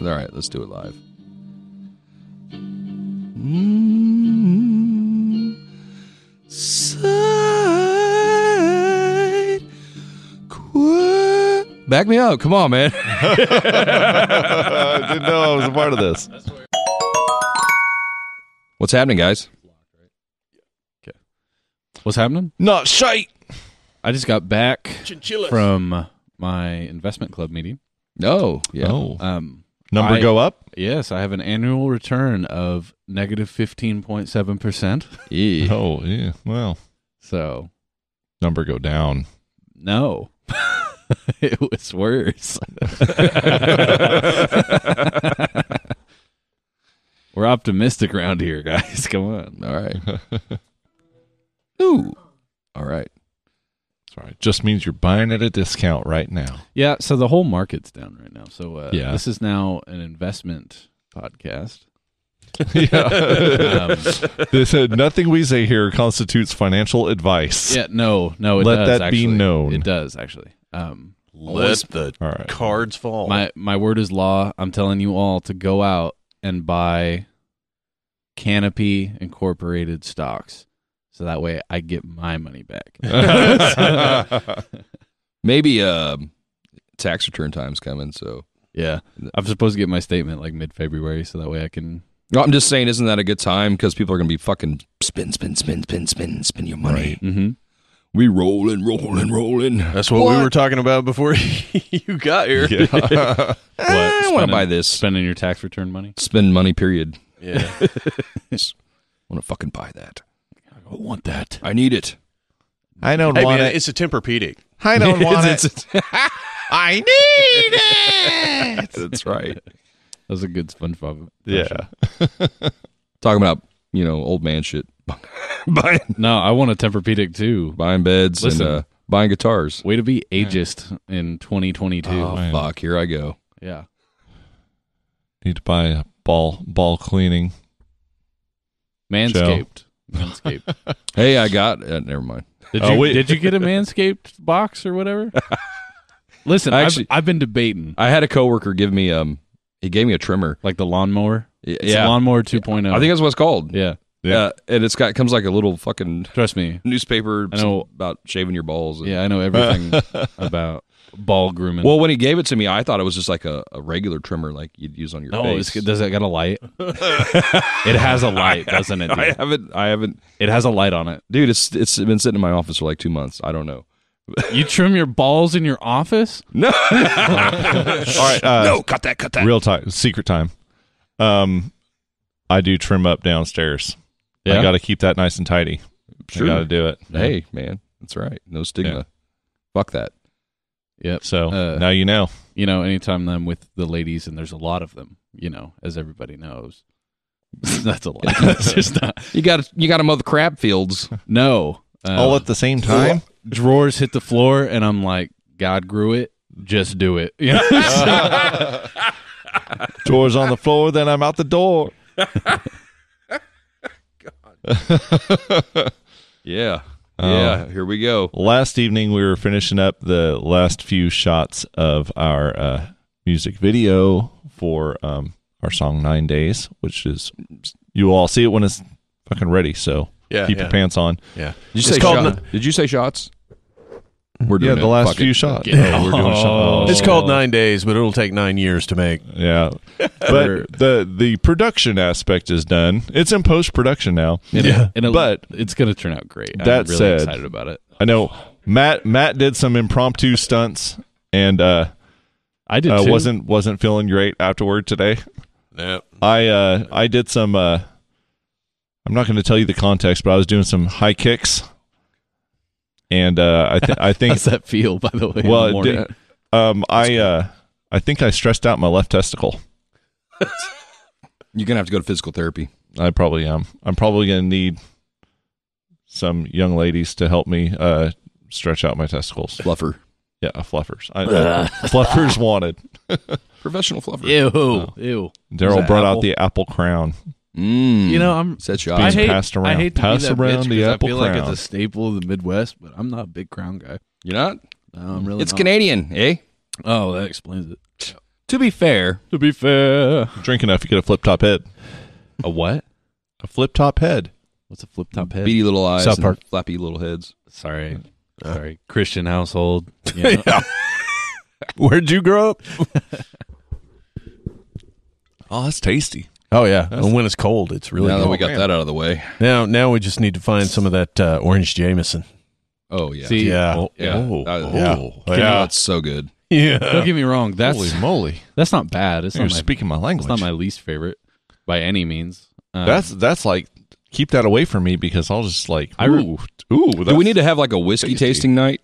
All right, let's do it live. Side quest. Back me up. Come on, man. I didn't know I was a part of this. What's happening, guys? What's happening? Not shite. I just got back Chinchillas. from my investment club meeting. No. Yeah. Oh. Um, Number I- go up? yes, I have an annual return of negative fifteen point seven percent. Yeah. Oh, yeah. Well, So number go down. no, it was worse. We're optimistic around here, guys. Come on. All right. Ooh. All right. Sorry. Just means you're buying at a discount right now. Yeah. So the whole market's down right now. So uh, Yeah. this is now an investment podcast. yeah. Um, this, uh, nothing we say here constitutes financial advice. Yeah, no, no. It Let does, that be actually. known. It does actually. Um, Let the All right. cards Oh. fall. my my word is law. I'm telling you all to go out and buy Canopy Incorporated stocks, so that way I get my money back. Maybe um, tax return time's coming, so. yeah, I'm supposed to get my statement like mid February, so that way I can. No, I'm just saying, isn't that a good time? Because people are going to be fucking spin, spin, spin, spin, spin, spin your money. Mhm. We rolling, rolling, rolling. That's what, we were talking about before you got here. Yeah. I Yeah. What, want spending- to buy this. Spending your tax return money. Spend money, period. want to fucking buy that. I don't want that. I need it. I don't Hey, want man, it. it's a Tempur-Pedic. I don't want It's- it. I need it. it's- That's right. That was a good SpongeBob. impression. yeah. Talking about, you know, old man shit. buying, No, I want a Tempur-Pedic too. buying beds Listen. and uh, buying guitars. Way to be ageist in 2022. Oh, man. fuck. Here I go. Yeah. Need to buy a ball ball cleaning. Manscaped. Manscaped. Hey, I got. Uh, never mind. Did you, Oh, wait. did you get a Manscaped box or whatever? Listen, I I've- actually- I've, been debating I had a coworker give me, um, he gave me a trimmer. like the lawnmower. Y- It's yeah. lawnmower 2.0. I think that's what it's called. yeah. Yeah. Uh, and it's got, comes like a little fucking Trust me. newspaper I know. about shaving your balls. and- Yeah, I know everything about ball grooming. Well, when he gave it to me, I thought it was just like a, a regular trimmer like you'd use on your no, face. it's, does it got a light? it has a light, doesn't it? dude? I haven't. I haven't, It has a light on it. dude. It's it's been sitting in my office for like two months. I don't know. You trim your balls in your office? No, All right. Uh, no, cut that, cut that. Real time. Secret time. Um, I do trim up downstairs. I got to keep that nice and tidy. Sure. I got to do it. Hey, man, that's right. No stigma. Yeah. Fuck that. Yep. So Uh, now you know. You know, anytime I'm with the ladies, and there's a lot of them, you know, as everybody knows, that's a lot. That's just not. You got you got to mow the crab fields. No. Uh, All at the same time. drawers hit the floor and I'm like, God grew it, just do it. You know? Doors on the floor. Then I'm out the door. Yeah, Oh. yeah. Here we go. Last evening we were finishing up the last few shots of our uh, music video for um, our song Nine Days, which is you all see it when it's fucking ready. So Yeah, keep yeah. your pants on. Yeah. Did It's you say called shot? Did you say shots? We're Yeah, doing the it. last Fuck few it. shots. Get Oh, we're doing out. shots. It's called nine days, but it'll take nine years to make. Yeah. Or- But the the production aspect is done. It's in post production now. And it- and it- But- it's gonna turn out great. I'm That really said- excited about it. I know Matt Matt did some impromptu stunts and uh, I did uh too. wasn't wasn't feeling great afterward today. Yeah. I uh I did some uh I'm not going to tell you the context, but I was doing some high kicks. And uh I th- I think How's that feel, by the way? in well the it morning? did- um I uh I think I stressed out my left testicle. You're gonna have to go to physical therapy. I probably am. I'm probably going to need some young ladies to help me uh, stretch out my testicles. Fluffer, Yeah, fluffers. I, uh, fluffers wanted. professional fluffer. ew, ew. Daryl that brought apple? out the apple crown. Mm. You know, I'm. said I shots. hate, passed around. I hate to Pass be that around bitch the 'cause apple I feel like crown. it's a staple of the Midwest, but I'm not a big crown guy. You're not. Mm. No, I'm really. It's not. Canadian, eh? Oh, that explains it. To be fair, To be fair, Drink enough, you get a flip top head. a what? A flip top head. What's a flip top head? beady little eyes, South and Park. flappy little heads. Sorry, sorry. Christian household. you know? Where'd you grow up? oh, that's tasty. Oh yeah, and when it's cold, it's really now that cold. we got that out of the way. now, now we just need to find some of that uh, orange Jameson. Oh yeah, See, Yeah. Oh, yeah, oh, That- Yeah. oh. Oh, yeah. it's so good. don't yeah. get me wrong. That's Holy moly! that's not bad. It's You're not my, speaking my language. it's not my least favorite by any means. Um, that's that's like keep that away from me because I'll just like I re- ooh, ooh. Do we need to have like a whiskey tasty. tasting night?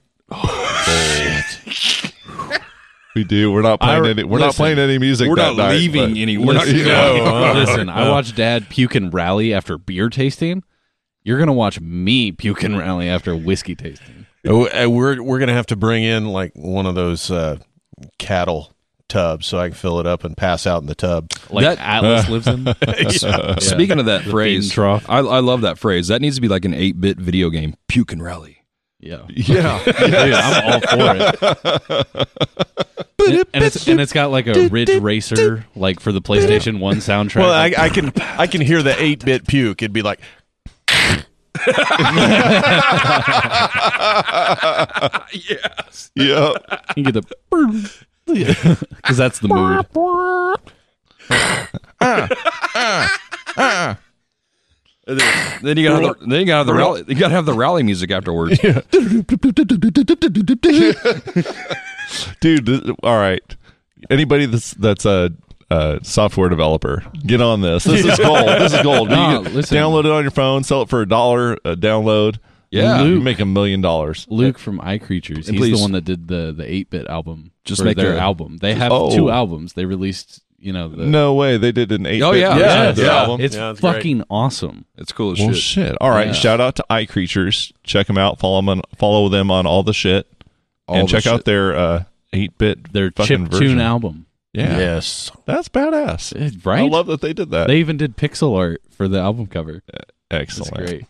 We do. We're not playing I- any. We're not listen, playing any music. We're not that night, leaving but- any- we're not Listen, going. no. Listen, I watched Dad puke and rally after beer tasting. You're gonna watch me puke and rally after whiskey tasting. Oh, uh, We're we're gonna have to bring in like one of those uh, cattle tubs so I can fill it up and pass out in the tub. Like That- Atlas lives in. Speaking of that phrase, trough. I, I love that phrase. That needs to be like an eight-bit video game. Puke and rally. Yeah, yeah. Dude, I'm all for it. and, it's, and it's got like a Ridge Racer, like for the PlayStation One soundtrack. Well, I, I can I can hear the eight bit puke. It'd be like yeah. you get the because that's the mood. Then you gotta have the, then you gotta have the rally, you gotta have the rally music afterwards. dude. This, all right. Anybody that's that's a, a software developer, get on this. This is gold. This is gold. You No, can listen. Download it on your phone. Sell it for a dollar. A download. Yeah. you make a million dollars. Luke from Eye Creatures. And He's please- the one that did the the eight bit album. Just for make their a- album. They have oh. two albums. They released, you know, the No way. They did an eight. Oh, yeah. Yeah, yeah. album. It's Yeah, it's great. fucking awesome. It's cool as Well, shit. shit. All right. Yeah. Shout out to Eye Creatures. Check them out. Follow them. On, follow them on all the shit. All and the check shit. out their uh, 8-bit Their fucking chip version. tune album, Yeah. yes. That's badass. Eh, right? I love that they did that. they even did pixel art for the album cover. That's Excellent. great.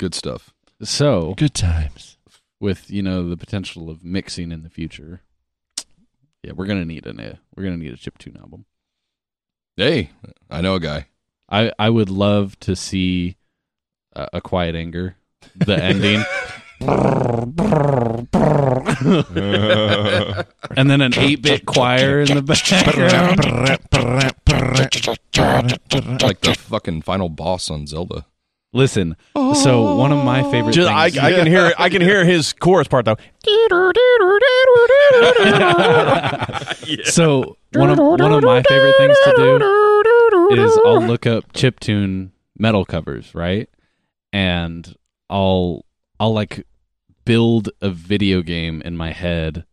good stuff. So, Good times. with you know the potential of mixing in the future, yeah, we're gonna need an uh, we're gonna need a chip tune album. Hey, I know a guy. I I would love to see uh, a quiet anger, the ending, and then an eight bit choir in the background. Like the fucking final boss on Zelda. Listen, so one of my favorite Just, I, I things. can hear I can hear his chorus part though. so one of one of my favorite things to do is I'll look up chiptune metal covers, right? And I'll I'll like build a video game in my head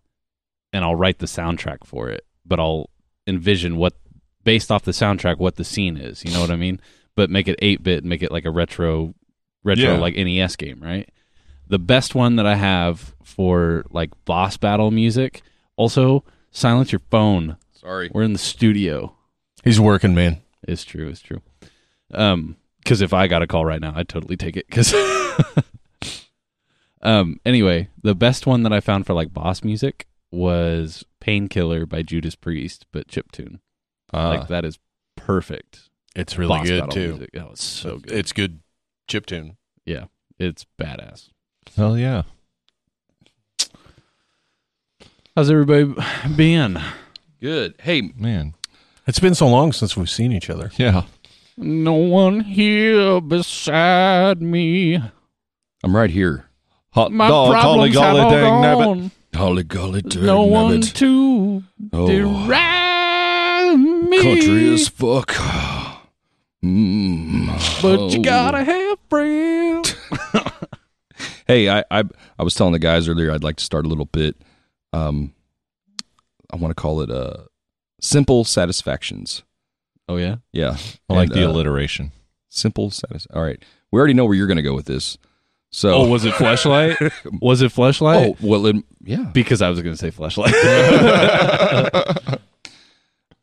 and I'll write the soundtrack for it, but I'll envision what based off the soundtrack what the scene is, you know what I mean? But make it 8-bit, make it like a retro retro Yeah. like NES game, right? The best one that I have for like boss battle music. Also, silence your phone. Sorry. We're in the studio. He's working, man. It's true. It's true. Um, because if I got a call right now, I'd totally take it. Because, um, anyway, the best one that I found for like boss music was "Painkiller" by Judas Priest, but chiptune. Uh, like that is perfect. It's Ah. really boss good battle too. music. Oh, it's so good. It's good chip tune. it's badass. Hell yeah. How's everybody been? good. Hey, Man. It's been so long since we've seen each other. Yeah. No one here beside me. I'm right here. Hot My dog, problems golly, golly, have all dang nabbit. gone. Holly golly dang no one nabbit. to Oh. deride me. Country as fuck. Mm. but Oh. you gotta have friends. Hey, I, I I was telling the guys earlier I'd like to start a little bit. Um, I want to call it uh, simple satisfactions. Oh yeah, Yeah, I like And, the uh, alliteration. simple satis. All right, we already know where you're going to go with this. So, Oh, was it flashlight? was it flashlight? Oh, well, it, yeah. Because I was gonna say flashlight.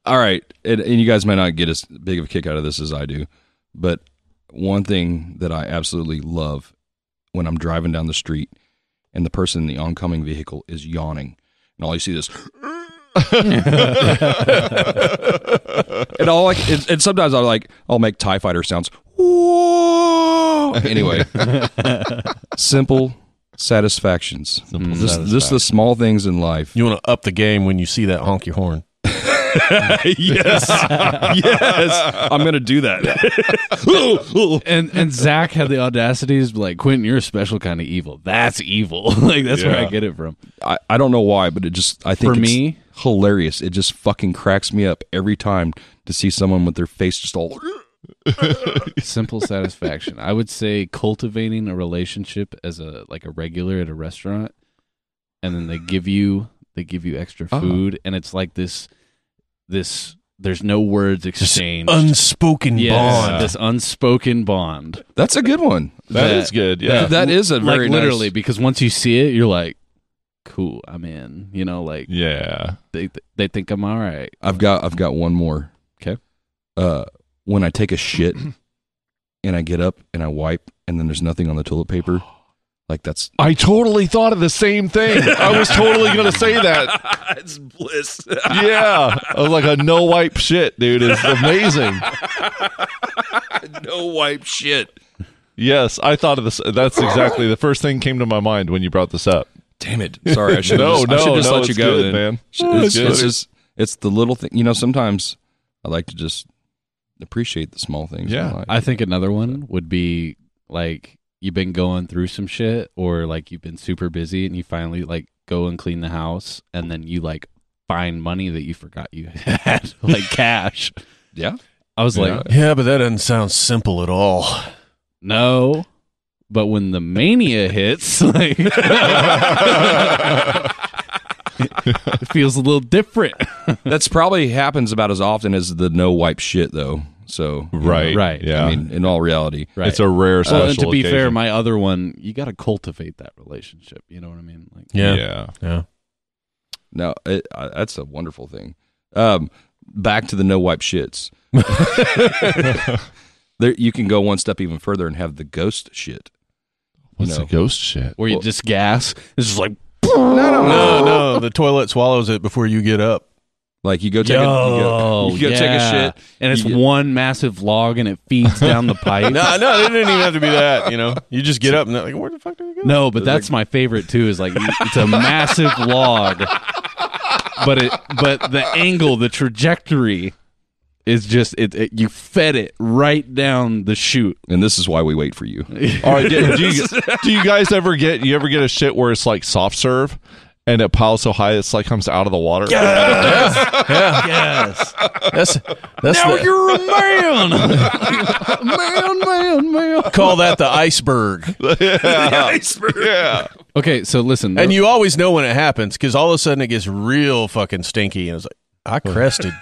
All right, and, and you guys might not get as big of a kick out of this as I do, but one thing that I absolutely love when I'm driving down the street and the person in the oncoming vehicle is yawning, and all you see is and all like, and, and sometimes I like, I'll make Tie Fighter sounds. Whoa! Anyway, simple satisfactions. Simple Just, just the small things in life. You want to up the game when you see that honky horn. yes, yes, I'm gonna do that. and and Zach had the audacities like Quentin, you're a special kind of evil. That's evil. like that's where I get it from. I, I don't know why, but it just I think For it's me? hilarious. It just fucking cracks me up every time to see someone with their face just all Simple satisfaction. I would say cultivating a relationship as a like a regular at a restaurant, and then they give you they give you extra Oh. food, and it's like this this. There's no words exchanged. Unspoken Yes, bond. this unspoken bond. That's a good one. that that- is good. Yeah. That is a very like nice- literally because once you see it, you're like, "Cool, I'm in." You know, like yeah. they they think I'm all right. I've got I've got one more. 'Kay. Uh when I take a shit and I get up and I wipe and then there's nothing on the toilet paper, like that's I totally thought of the same thing. I was totally going to say that. it's bliss. Yeah. I was like a no wipe shit, dude. It's amazing. no wipe shit. Yes, I thought of this. That's exactly the first thing came to my mind when you brought this up. Damn it. Sorry, I should No, just, I should no, just no, let you it's go good, then. man. Sh- No, It's, it's it's good. just it's the little thing. You know, sometimes I like to just appreciate the small things. in Yeah. life. I think another one would be like you've been going through some shit or like you've been super busy and you finally like go and clean the house and then you like find money that you forgot you had like cash. yeah. I was like, Yeah, but that doesn't sound simple at all. "No." But when the mania hits, like it feels a little different. That's probably happens about as often as the no wipe shit though. So Right. Right. Yeah. I mean, in all reality. Right. It's a rare special. Well, and to be occasion. fair, my other one, you got to cultivate that relationship. You know what I mean? Like, Yeah. yeah. No, it, uh, that's a wonderful thing. Um, back to the no wipe shits. there, you can go one step even further and have the ghost shit. What's know. the ghost shit? where you just gas. It's just like No, no, the toilet swallows it before you get up. Like you go take a, you go, you go take a shit. and it's you get- one massive log, and it feeds down the pipe. No, no, it didn't even have to be that. You know, you just get up and they're like, where the fuck did we go? No, but that's my favorite too. Is like it's a massive log, but it but the angle, the trajectory, is just it. it you fed it right down the chute. And this is why we wait for you. All right, do, do you, do you guys ever get you ever get a shit where it's like soft serve and it piles so high it's like comes out of the water? Yeah. Yes, That's that's the, you're a man, man, man, man. call that the iceberg. yeah. Okay, so listen, And you always know when it happens because all of a sudden it gets real fucking stinky and it's like I crested.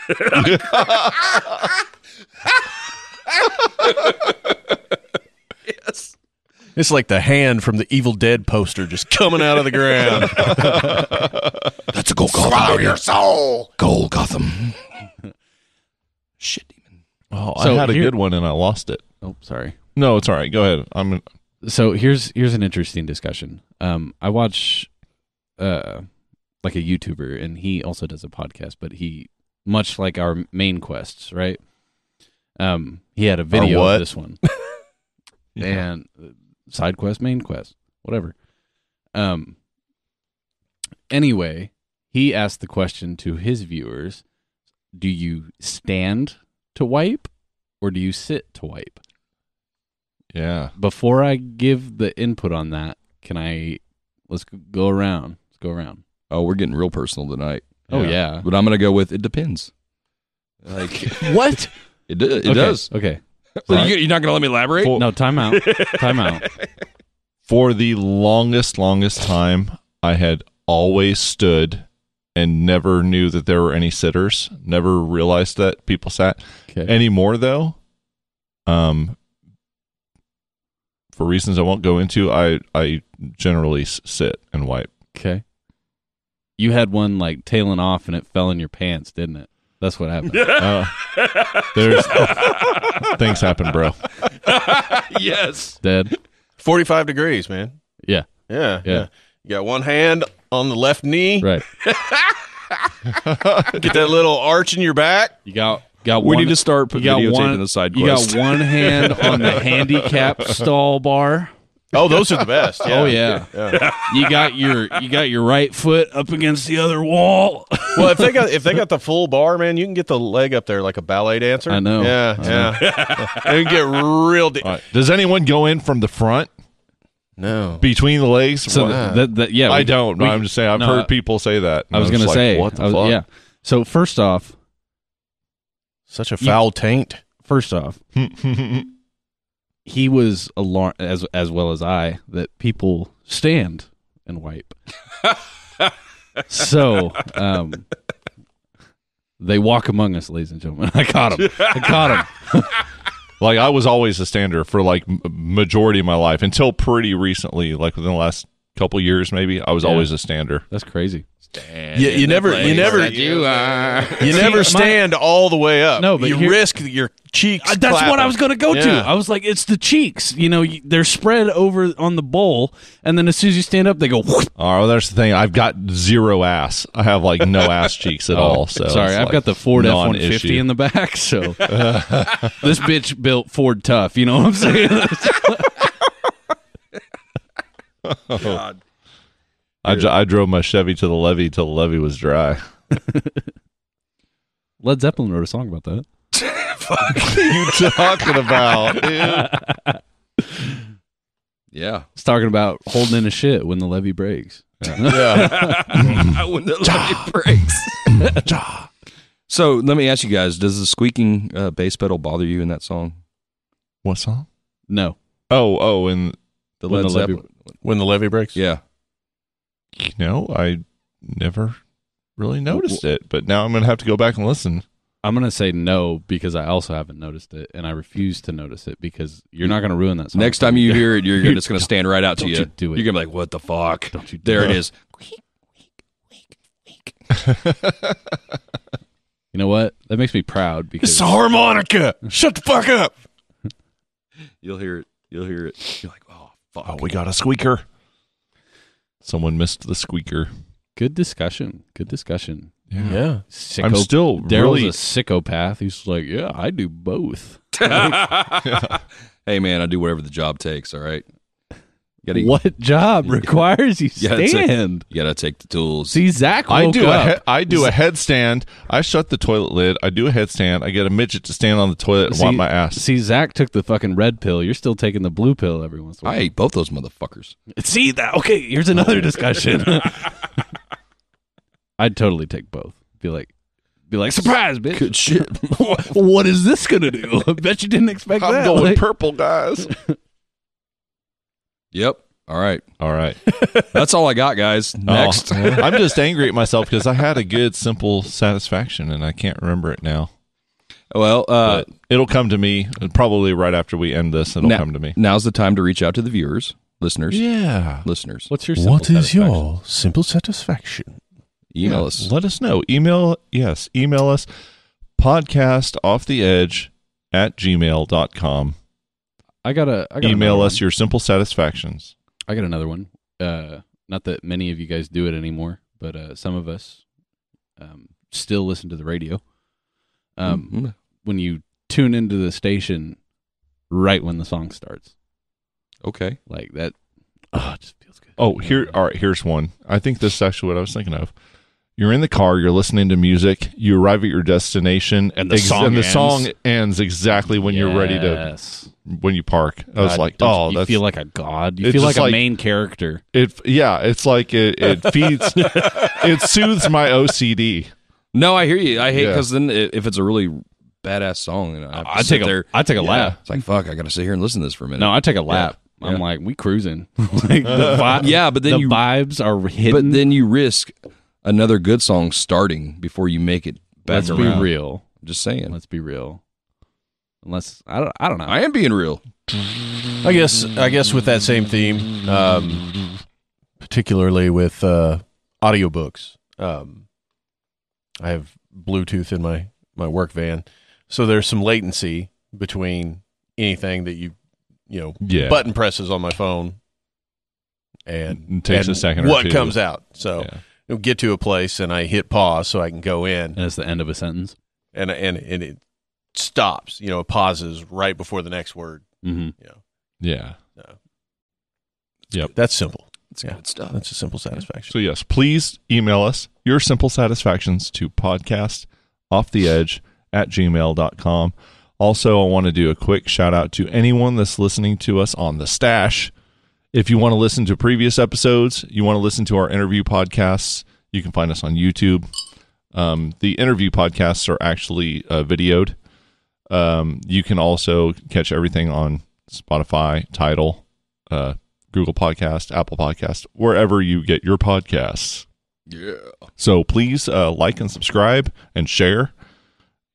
It's like the hand from the Evil Dead poster just coming out of the ground. That's a gold Gotham. Swallow your soul. Gold Gotham. shit demon. Oh, So I had a here- good one and I lost it. oh, sorry. No, it's all right. Go ahead. I'm so here's here's an interesting discussion. Um, I watch, uh, like a YouTuber, and he also does a podcast, but he much like our main quests, right? Um, he had a video what? of this one, Yeah. and uh, side quest, main quest, whatever. Um. Anyway, he asked the question to his viewers: Do you stand to wipe, or do you sit to wipe? yeah. before I give the input on that, can I let's g- go around. Let's go around. Oh, we're getting real personal tonight. Oh yeah. But I'm gonna go with it depends. Like What? it, do- it okay. does. Okay. So you, you're not gonna let me elaborate? Full- No, time out. Time out. For the longest, longest time, I had always stood and never knew that there were any sitters. Never realized that people sat. Okay. anymore though um for reasons i won't go into i i generally s- sit and wipe Okay. You had one like tailing off and it fell in your pants, didn't it? That's what happened. uh, there's things happen bro yes. Dead. 45 degrees, man. Yeah. Yeah, Yeah. You got one hand on the left knee. Right. Get that little arch in your back. You got got We one. need to start you putting got videotape one in the side You quest. got one hand on the handicap stall bar. Oh, those are the best. Yeah. Oh yeah. You got your you got your right foot up against the other wall. Well, if they got if they got the full bar, man, you can get the leg up there like a ballet dancer. I know. Yeah, I yeah. It would get real. deep. All right. Does anyone go in from the front No. between the legs? So Well, th- that, that yeah, I we- don't. we- I'm just saying. I've no, heard people say that. and I was I'm gonna just like, say what the I was- fuck? Yeah. So first off, Such a foul taint. first off, he was alarmed as as well as I that people stand and wipe. so um, they walk among us, ladies and gentlemen. I caught him. I caught him. like I was always a stander for like m- majority of my life until pretty recently, like within the last couple years, maybe. I was Yeah. always a stander. That's crazy. You, you never, you never, you, you uh, are. never my- stand all the way up. No, but you here- Uh, risk your cheeks. that's what I was going to go to. Yeah. I was like, it's the cheeks. You know, you- they're spread over on the bowl, and then as soon as you stand up, they go. whoop. Oh, that's the thing. I've got zero ass. I have like no ass cheeks at all. Oh, So Oh, Sorry, it's, I've like, got the Ford F one fifty non-issue. in the back, so this bitch built Ford tough. You know what I'm saying? I, dr- I drove my Chevy to the levee till the levee was dry. Led Zeppelin wrote a song about that. you talking about? Dude? Yeah. It's talking about holding in a shit when the levee breaks. I wouldn't have let it breaks. so let me ask you guys: Does the squeaking uh, bass pedal bother you in that song? What song? No, Oh, oh, and The When Led the levee- Zeppelin. when the levee breaks. Yeah. you know, I never really noticed it, but now I'm gonna have to go back and listen. I'm gonna say no because I also haven't noticed it, and I refuse to notice it because you're not gonna ruin that song. Next for time me. you hear it, you're gonna- it's going to stand right out to don't you. you do it. You're going to be like, "What the fuck?" Don't you There it do it. is. you know what? That makes me proud because It's a harmonica. Shut the fuck up. You'll hear it. You'll hear it. You're like, "Oh fuck." we got a squeaker. Someone missed the squeaker. good discussion. Good discussion. Yeah. Sicko. I'm still Daryl's really a psychopath. He's like, yeah, I do both. hey man, I do whatever the job takes. All right. You gotta, What job requires you Yeah, it's a- stand? You gotta take the tools. See, Zach woke I do a up. he- I do a headstand. I shut the toilet lid. I do a headstand. I get a midget to stand on the toilet and See- wipe my ass. See, Zach took the fucking red pill. You're still taking the blue pill every once in a I while. ate both those motherfuckers. See that? Okay, here's another discussion. I'd totally take both. Be like, be like, surprise, bitch! Good shit. what is this gonna do? I bet you didn't expect I'm that. going Like, purple, guys. Yep. All right. All right. That's all I got, guys. Next. Oh, I'm just angry at myself because I had a good, simple satisfaction and I can't remember it now. Well, uh, But it'll come to me probably right after we end this. It'll now- come to me. Now's the time to reach out to the viewers, listeners, Yeah. listeners. What's your simple satisfaction? simple satisfaction? Email Yeah, us. Let us know. Email, yes, email us podcast off the edge at gmail.com. I gotta I got Email another us one. your simple satisfactions. I got another one. Uh, not that many of you guys do it anymore, but uh, some of us um, still listen to the radio. Um, Mm-hmm. Mhm. when you tune into the station right when the song starts, Okay. like that. Oh, it just feels good. Oh, here. All right. Here's one. I think this is actually what I was thinking of. You're in the car. You're listening to music. You arrive at your destination, And the song and the ends. song ends exactly when you're ready to Yes. when you park. I was God, like, don't oh, you that's feel like a god. You It's feel just like a like- main character. it. Yeah, it's like it. It feeds. it soothes my OCD. No, I hear you. I hate Yeah. because then i- if it's a really badass song, then I, have to I sit take a there. I take a lap. It's like fuck. I gotta sit here and listen to this for a minute. No, I take a lap. I'm like, we cruising. like the vibe, Yeah, but then the you- vibes are hidden. but then you risk another good song starting before you make it back let's around. be real. Just saying. Let's be real. Unless I don't, I don't know. I am being real. I guess. I guess with that same theme, um, particularly with uh, audiobooks. Um, I have Bluetooth in my my work van, so there's some latency between anything that you you know Yeah, button presses on my phone and It takes and a second or what two. comes out so Yeah. you know, get to a place and I hit pause so I can go in and it's the end of a sentence. and and and it stops. You know, it pauses right before the next word. Mm-hmm. Yeah. That's simple. It's Yeah. good stuff. That's a simple satisfaction. So yes, please email us your simple satisfactions to podcast off the edge at gmail.com. Also, I want to do a quick shout out to anyone that's listening to us on the stash. If you want to listen to previous episodes, you want to listen to our interview podcasts, you can find us on YouTube. Um, the interview podcasts are actually uh, videoed. Um, you can also catch everything on Spotify, Title, uh, Google Podcast, Apple Podcast, wherever you get your podcasts. Yeah. So please uh, like and subscribe and share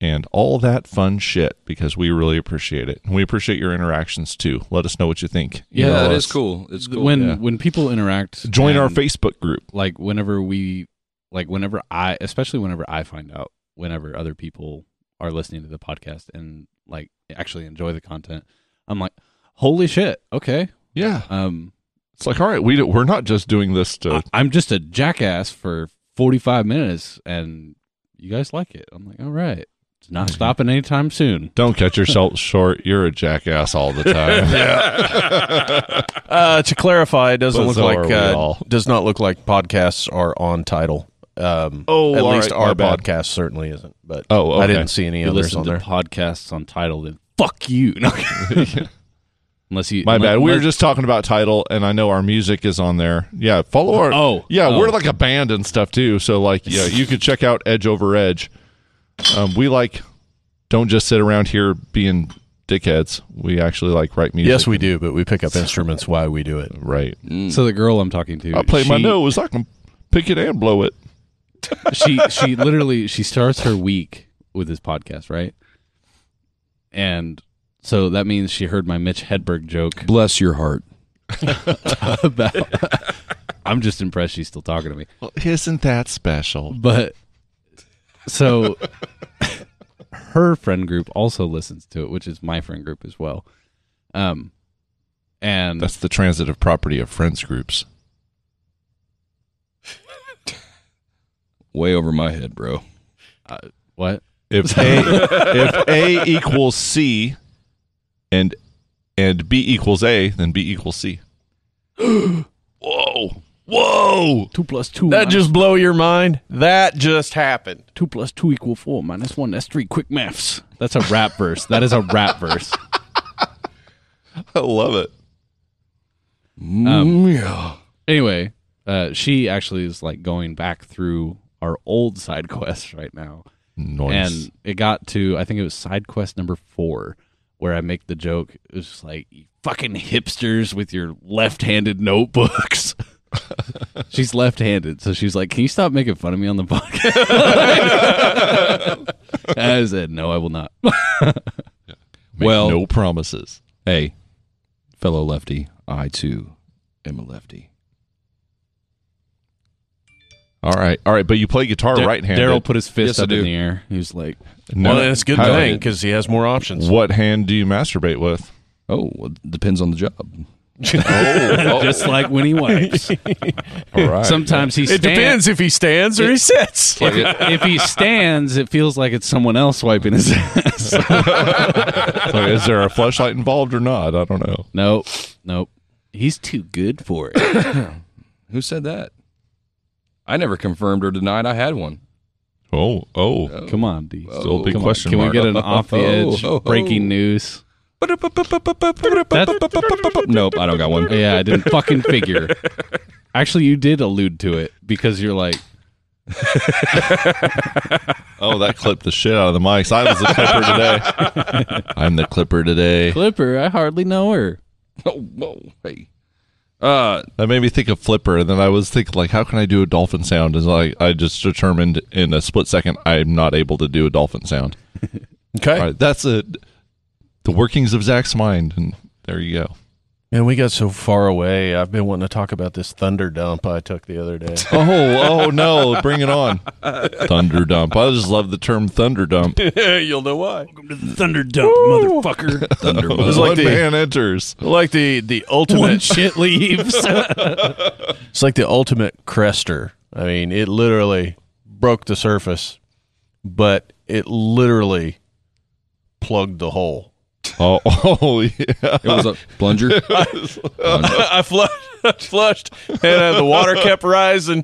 and all that fun shit because we really appreciate it. And we appreciate your interactions too. Let us know what you think. Yeah, Email that us. is cool. It's cool. when yeah. when people interact, Join our and, Facebook group. Like whenever we, like whenever I, especially whenever I find out, whenever other people are listening to the podcast and like actually enjoy the content, I'm like, holy shit, okay. Yeah. Um, It's like, all right, we, we're not just doing this to. I, I'm just a jackass for 45 minutes, and you guys like it. I'm like, all right, it's not Mm-hmm. stopping anytime soon. Don't cut yourself short. You're a jackass all the time. Uh, to clarify, it doesn't But look so are like we uh, all. does not look like podcasts are on title. Um, Oh, at all least right, my our bad. podcast certainly isn't. But Oh, okay. I didn't see any You others listen on to there. podcasts on title, then fuck you. No. unless you, My unless- bad. We were unless- just talking about title, and I know our music is on there. Yeah, follow our. Oh, yeah, oh. we're like a band and stuff too. So like, yeah, you could check out Edge Over Edge. Um, we like don't just sit around here being dickheads. We actually like write music. yes, we do, but we pick up instruments while we do it. right. So the girl I'm talking to, I play my she- nose. I can pick it and blow it. she she literally she starts her week with this podcast, right? And so that means she heard my Mitch Hedberg joke Bless your heart. about. I'm just impressed she's still talking to me. Well, isn't that special? But so her friend group also listens to it, which is my friend group as well. Um, and That's the transitive property of friends groups. Way over my head, bro. what? If a if a equals c, and and b equals a, then b equals c. Whoa, whoa! Two plus two. That just blow your mind. That just happened. two plus two equal four minus one. That's three. Quick maths. That's a rap verse. That is a rap verse. I love it. Mm, yeah. anyway, uh, she actually is like going back through our old side quests right now, Nice. and it got to I think it was side quest number four where I make the joke. It was just like you fucking hipsters with your left-handed notebooks. she's left-handed, so she's like, "Can you stop making fun of me on the podcast?" I said, "No, I will not." Well, no promises. hey, fellow lefty, I too am a lefty. All right, all right, but you play guitar Dar- right-handed. Daryl put his fist Yes, I up in do. the air. He was like, No. well, that's a good How- thing because he has more options. What hand do you masturbate with? Oh, well, depends on the job. "Just like when he wipes." All right. Sometimes he It stands. depends if he stands or he sits. if he stands, it feels like it's someone else wiping his ass. So is there a flashlight involved or not? I don't know. nope. Nope. He's too good for it. Who said that? I never confirmed or denied I had one. Oh, oh, Come on, D. still a big Come on. question Can mark. we get an off the edge Oh, oh, oh. breaking news? Nope, Oh, I don't got one. Yeah, I didn't fucking figure. Actually, you did allude to it because you're like, oh, that clipped the shit out of the mics. I was the clipper today. I'm the clipper today. Clipper, I hardly know her. Oh, whoa, hey. Uh, That made me think of Flipper, and then I was thinking, like, how can I do a dolphin sound? And like, I just determined in a split second, I'm not able to do a dolphin sound. Okay. All right, that's a the workings of Zach's mind, and there you go. Man, we got so far away. I've been wanting to talk about this thunder dump I took the other day. Oh, oh no! Bring it on, thunder dump. I just love the term thunder dump. It You'll know why. Thunder dump, motherfucker. Thunder was Buzz. like One the- man enters. Like the the ultimate. One shit leaves. It's like the ultimate crester. I mean, it literally broke the surface, but it literally plugged the hole. Oh, oh yeah. It was a plunger. I flushed, I flushed, and uh, the water kept rising.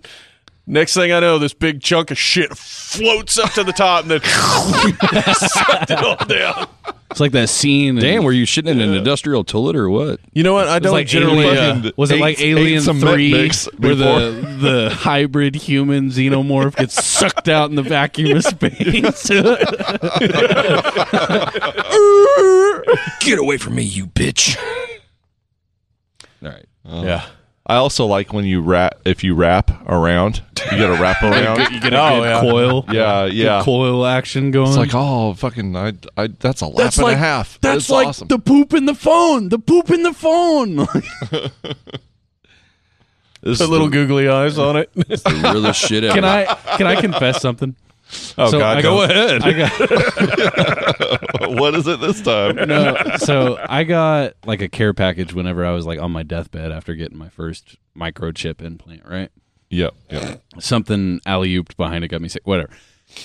Next thing I know, this big chunk of shit floats up to the top and then sucked it all down. It's like that scene. in- Damn, were you shitting in an industrial toilet or what? You know what? I don't like generally. Alien- uh, was it ate- like ate Alien some Met Three, Mix where the the hybrid human xenomorph gets sucked out in the vacuum of space? Get away from me, you bitch! All right. yeah. I also like when you wrap if you wrap around. You got to wrap around. you get a Oh, good yeah. coil, Yeah, good yeah. coil action going. It's like oh fucking I, I that's a lap and a half. That's, like awesome. the poop in the phone. The poop in the phone. This Put is little the- googly eyes on it. The realest shit ever. can I can I confess something? oh so god, I go got- ahead. I got what is it this time? no. So I got like a care package whenever I was like on my deathbed after getting my first microchip implant, right? Yep, yep. something alley ooped behind it got me sick. Whatever.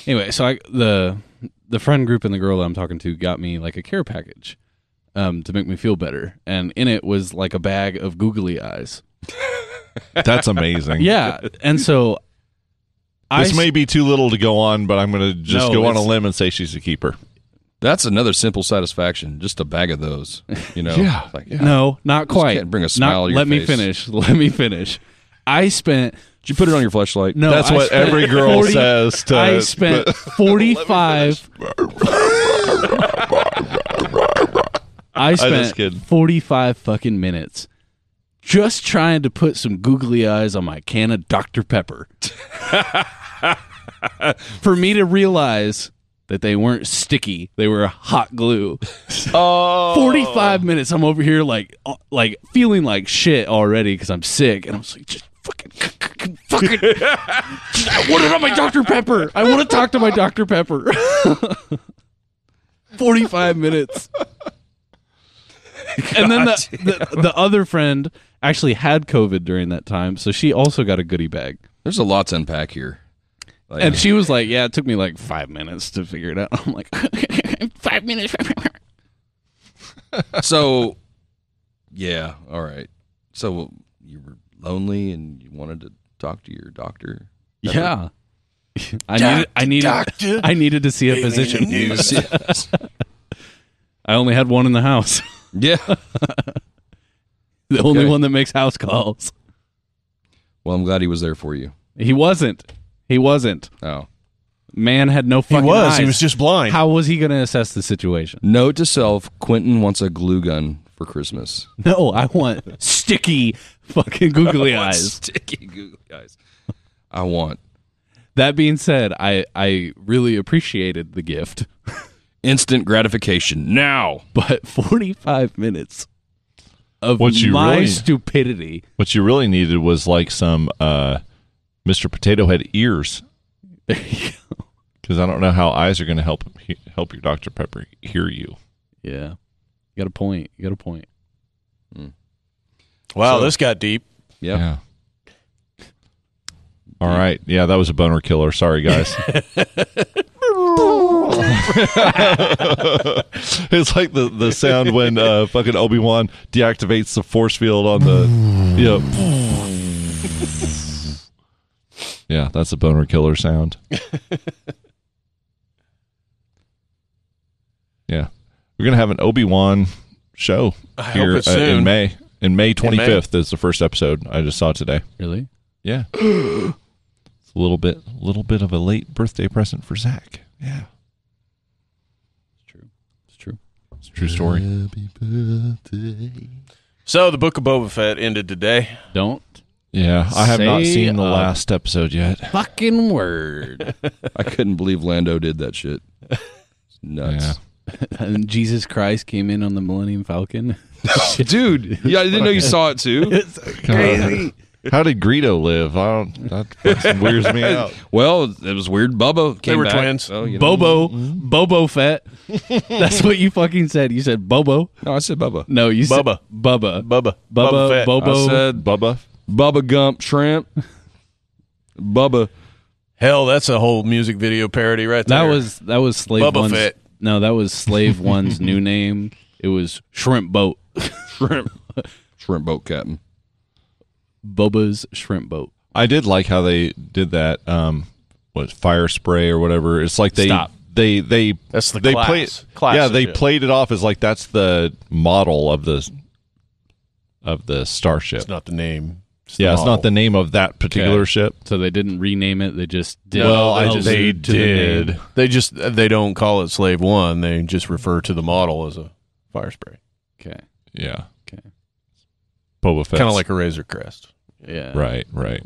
Anyway, so I the the friend group and the girl that I'm talking to got me like a care package um, to make me feel better, and in it was like a bag of googly eyes. That's amazing. Yeah, and so I This may be too little to go on, but I'm going to just No, go on a it's- limb and say she's a keeper. That's another simple satisfaction. Just a bag of those. You know. Yeah, Like, yeah. no, not quite. can't bring a smile Not- to your let me face. finish. Let me finish. I spent Did you put it on your flashlight? no. That's I what spent every girl 40 says to I spent forty five. I Oh, just spent kidding. forty five fucking minutes just trying to put some googly eyes on my can of Dr Pepper for me to realize that they weren't sticky; they were hot glue. Oh. 45 minutes I'm over here like uh, like feeling like shit already cuz I'm sick and I'm just like just fucking fucking just- I want it on my Dr Pepper. I want to talk to my Dr Pepper. 45 minutes. And then the, the the other friend actually had covid during that time, so she also got a goodie bag. There's a lot to unpack here. Like, And she was like, Oh, "Yeah, it took me like 5 minutes to figure it out." I'm like, "5 minutes." so, yeah. All right. So you were lonely and you wanted to talk to your doctor. Yeah. I needed, I needed, I needed to see a physician. I only had one in the house. yeah. The only Okay. one that makes house calls. Well, I'm glad he was there for you. He wasn't. He wasn't. Oh. Man had no He fucking was. eyes. He was just blind. How was he going to assess the situation? Note to self: Quentin wants a glue gun for Christmas. No, I want sticky fucking googly eyes. Sticky glue guys. I want That being said, I I really appreciated the gift, instant gratification now. but 45 minutes of What you my really- stupidity. What you really needed was like some uh, Mr. Potato Head ears, because I don't know how eyes are going to help he- help your Dr. Pepper hear you. yeah. You got a point. You got a point. wow, this got deep. Yep. Yeah. All right. Yeah, that was a boner killer. Sorry, guys. it's like the, the sound when uh, fucking Obi Wan deactivates the force field on the. Yeah. yeah, that's a boner killer sound. yeah. We're going to have an Obi Wan show I hope here it's uh, in soon. May. In May 25th is the first episode I just saw today. Really? Yeah. it's a little bit little bit of a late birthday present for Zach. Yeah. It's true. It's true. It's a true story. So the book of Boba Fett ended today. Don't Yeah. I have not Say, seen the uh, last episode yet. fucking word. I couldn't believe Lando did that shit. It's nuts. and Jesus Christ came in on the Millennium Falcon. Dude, yeah, I didn't know you saw it too. it's crazy. How did Greedo live? I don't that fucking weirds me out. Well, it was weird. Bubba came were back. twins. So, you know. Bobo, Mm-hmm. Bobo Fett. That's what you fucking said. You said Bobo. No, I said Bubba. No, you Bubba. said Bubba. Bubba. Bubba. Fett. I Bobo. said Bubba. Bubba Gump Shrimp. Bubba. Hell, that's a whole music video parody right there. That was that was slave Bubba one's. Fett. No, that was slave one's new name. It was shrimp boat. Shrimp. Shrimp boat captain. Boba's shrimp boat. I did like how they did that. Um, what fire spray or whatever? It's like they Stop. they they That's the they class. play- Class yeah, of they ship. played it off as like that's the model of the of the starship. It's not the name. yeah, it's not model. the name of that particular Okay. ship. So they didn't rename it. They just did. Well, I allude just- they to the name. did. They just they don't call it Slave One. They just refer to the model as a fire spray, Okay. Yeah. Okay. Boba Fett. kind of like a Razor Crest. Yeah. right, right.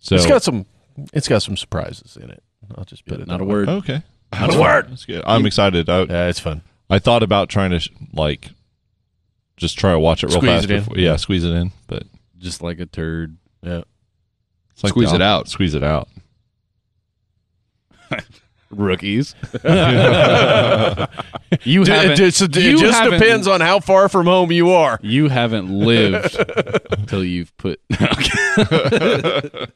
So It's got some. It's got some surprises in it. I'll just put it. Not that a way. word. okay. Not a word. That's good. I'm excited. I, Yeah, it's fun. I thought about trying to sh- like just try to watch it real Squeeze fast. it in. before- yeah, squeeze it in, but Just like a turd. it's like Squeeze the it op- out. Squeeze it out. Rookies. You haven't- It, just- it you just haven't- depends on how far from home you are. You haven't lived until you've put.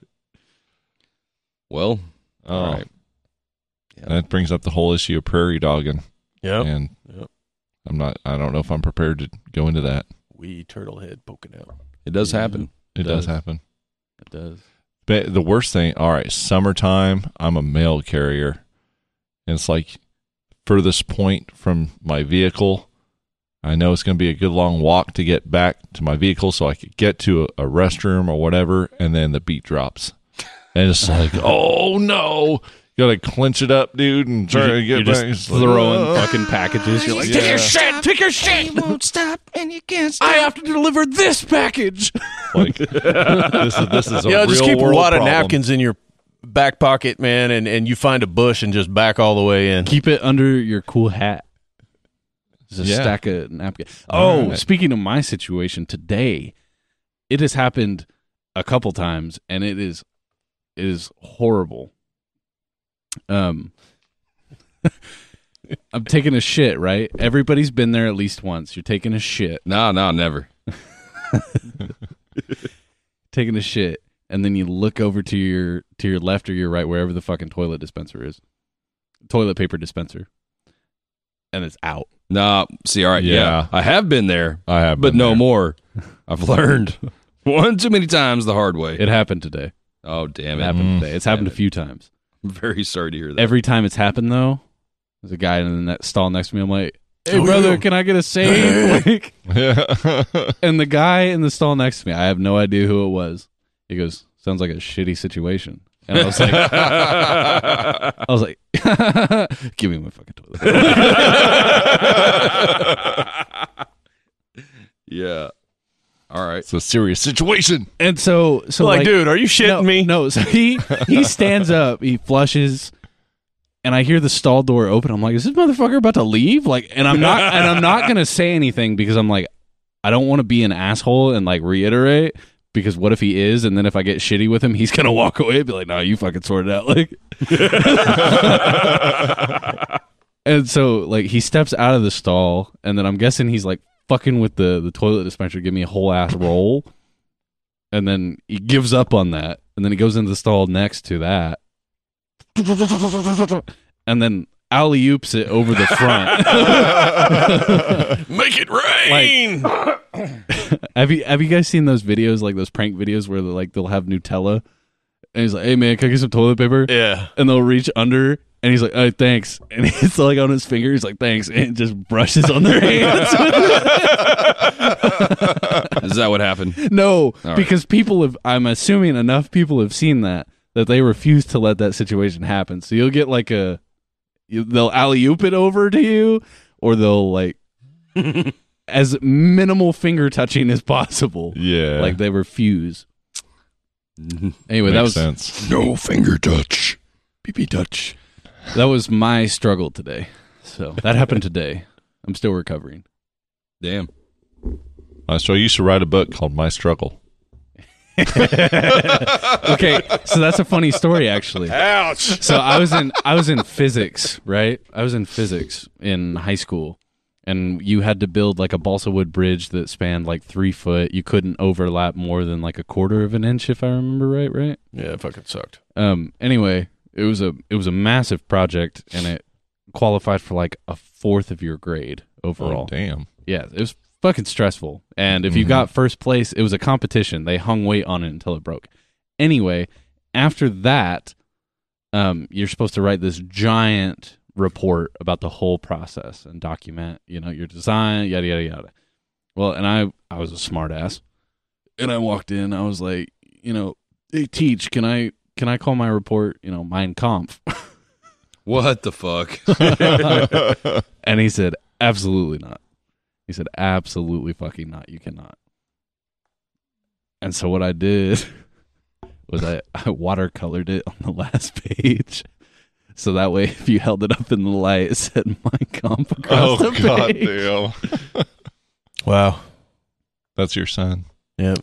Well, All Oh. right. Yeah. That brings up the whole issue of prairie dogging, Yeah, and Yep. I'm not. I don't know if I'm prepared to go into that. wee turtle head poking out. it does happen. It does Does. happen. It does. But the worst thing. All right, summertime. I'm a mail carrier, and it's like furthest point from my vehicle. I know it's going to be a good long walk to get back to my vehicle, so I could get to a, a restroom or whatever, and then the beat drops, and it's like, oh no. Gotta clench it up, dude, and try to You're get just back. It's like, throwing "Ah." fucking packages. You're like, Take your shit. Take your shit. won't stop and you can't I have to deliver this package. Like this is this is a Yeah, real just keep a world lot of problem. napkins in your back pocket, man, and, and you find a bush and just back all the way in. keep it under your cool hat. There's a Yeah. stack of napkin. Oh, Alright. speaking of my situation today, it has happened a couple times, and it is it is horrible. Um, I'm taking a shit. Right, everybody's been there at least once. You're taking a shit, No, no, never. taking a shit, and then you look over to your to your left or your right, wherever the fucking toilet dispenser is, toilet paper dispenser, and it's out. Nah. See, all right. Yeah. Yeah. I have been there, I have, but been no there. more. I've learned one too many times the hard way. It happened today. oh, damn It it. happened Mm. today. It's happened a Damn it. few times. I'm very sorry to hear that. Every time it's happened though, there's a guy in the ne- stall next to me. I'm like, "Hey Oh, brother, yeah. can I get a save?" like, Yeah. and the guy in the stall next to me, I have no idea who it was. He goes, "Sounds like a shitty situation." And I was like, I was like, "Give me my fucking toilet." yeah. All right. it's a serious situation. and so, so like, like, dude, are you shitting no, me? No, so he he stands up, he flushes, and I hear the stall door open. I'm like, is this motherfucker about to leave? Like, and I'm not and I'm not gonna say anything because I'm like, I don't want to be an asshole and like reiterate because what if he is? And then if I get shitty with him, he's gonna walk away and be like, no, you fucking sorted out. Like, and so like he steps out of the stall, and then I'm guessing he's like fucking with the the toilet dispenser, give me a whole ass roll and then he gives up on that and then he goes into the stall next to that and then alley oops it over the front Make it rain. have you have you guys seen those videos like those prank videos where they're, like they'll have nutella and he's like hey man can i get some toilet paper yeah. and they'll reach under and he's like oh thanks and it's like on his finger he's like thanks and it just brushes on their hands Is that what happened? no right. because people have i'm assuming enough people have seen that that they refuse to let that situation happen so you'll get like a you- they'll alley oop it over to you or they'll like as minimal finger touching as possible Yeah, like they refuse anyway makes that was sense. No finger touch. PP touch. that was my struggle today so that happened today i'm still recovering Damn. Uh, so I used to write a book called My Struggle. okay so that's a funny story actually Ouch. so I was in I was in physics, right? I was in physics in high school, and you had to build like a balsa wood bridge that spanned like three foot. You couldn't overlap more than like a quarter of an inch, if I remember right. Right. Yeah, it fucking sucked. Um. Anyway, it was a it was a massive project, and it qualified for like a fourth of your grade overall. Oh, damn. yeah, it was fucking stressful. And if you Mhm. got first place, it was a competition. They hung weight on it until it broke. Anyway, after that, um, you're supposed to write this giant report about the whole process and document, you know, your design, yada yada yada. Well, and I I was a smart ass. And I walked in, I was like, you know, hey teach, can I can I call my report, you know, Mein Kampf? What the fuck? And he said, absolutely not. He said, absolutely fucking not. You cannot. And so what I did was I, I watercolored it on the last page. So that way, if you held it up in the light, it said Mein Kampf across oh the god page. damn. Wow. That's your son. Yeah.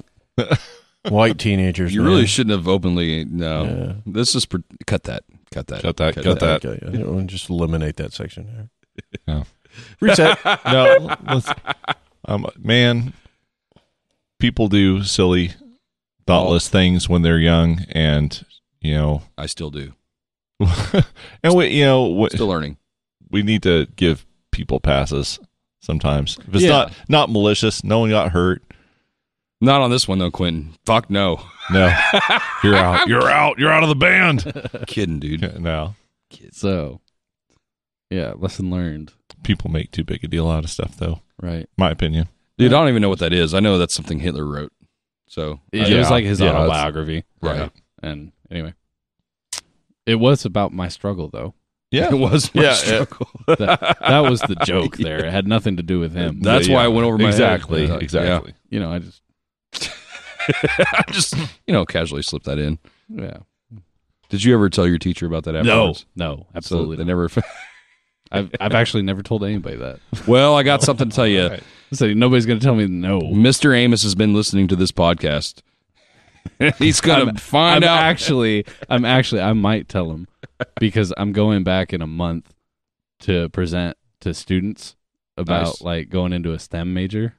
White teenagers. you man. really shouldn't have openly. No, Yeah. this is pre- cut that. Cut that. Cut that, cut that. Okay, yeah. We'll just eliminate that section there. Yeah. Reset. No, let's, um, man, people do silly, Oh. thoughtless things when they're young, and you know, I still do. and we, you know, we, Still learning. we need to give people passes sometimes. If it's Yeah. not not malicious, no one got hurt. Not on this one though, Quentin. Fuck no. No, you're out. You're out. You're out of the band. Kidding, dude. no, So, yeah, lesson learned. people make too big a deal out of stuff, though. Right. My opinion. Dude, I don't even know what that is. I know that's something Hitler wrote. So uh, It Yeah. was like his Yeah, that's- autobiography. Right. And anyway, it was about my struggle, though. Yeah. it was my Yeah, yeah. struggle. That, that was the joke there. It had nothing to do with him. That's why I went over my head. exactly. Yeah. Exactly. you know, I just, I just you know casually slipped that in. yeah. Did you ever tell your teacher about that afterwards? No, So absolutely. they not. never. I've I've actually never told anybody that. well, I got something to tell you. So nobody's gonna tell me no. Mr. Amos has been listening to this podcast. He's gonna I'm find out. actually I'm actually I might tell them because I'm going back in a month to present to students about Nice. like going into a STEM major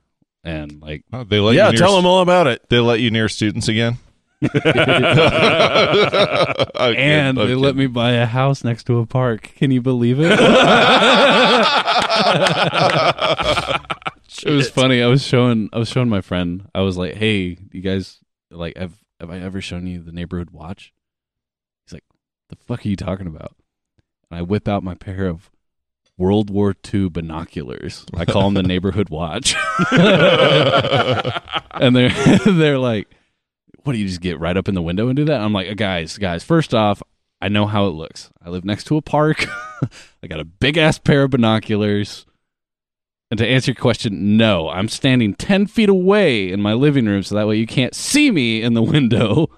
and like Oh, they let yeah, you near, tell them all about it. They let you near students again. and they let me buy a house next to a park. Can you believe it? it was funny. I was showing I was showing my friend. I was like, "Hey, you guys, like, have have I ever shown you the neighborhood watch?" He's like, "The fuck are you talking about?" And I whip out my pair of World War II binoculars. I call them the neighborhood watch, and they're they're like, "What do you just get right up in the window and do that?" I'm like, "Guys, guys, first off." I know how it looks. I live next to a park. I got a big ass pair of binoculars. And to answer your question, no, I'm standing 10 feet away in my living room so that way you can't see me in the window.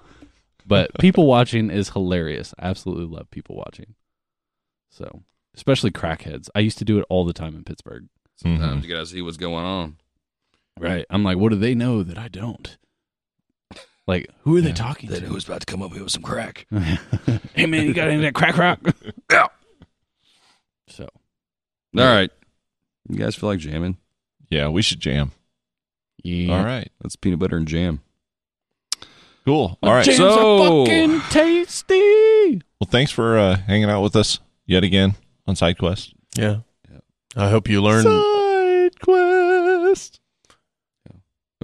But people watching is hilarious. I absolutely love people watching. So, especially crackheads. I used to do it all the time in Pittsburgh. Sometimes you gotta see what's going on. Right. I'm like, what do they know that I don't? Like, who are they Yeah. talking to? who's about to come up here with some crack? hey, man, you got any of that crack rock? Yeah. So, All right. You guys feel like jamming? Yeah, we should jam. yeah. All right. That's peanut butter and jam. Cool. All right. Jams Jam- are so- fucking tasty. Well, thanks for uh, hanging out with us yet again on SideQuest. Yeah. Yeah. I hope you learn. SideQuest.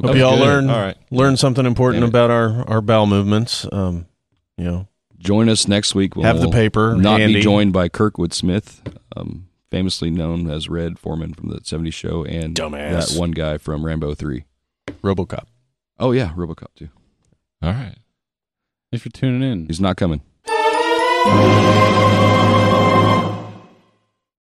Hope you all Good. learn All right. learn something important Damn it. about our our bowel movements. Um, you know, Join us next week. when have the we'll paper. Not handy. be joined by Kirkwood Smith, um, famously known as Red Foreman from the '70s show, and that Dumbass. one guy from Rambo Three. RoboCop. Oh yeah, RoboCop too. All right. Thanks for tuning in. He's not coming.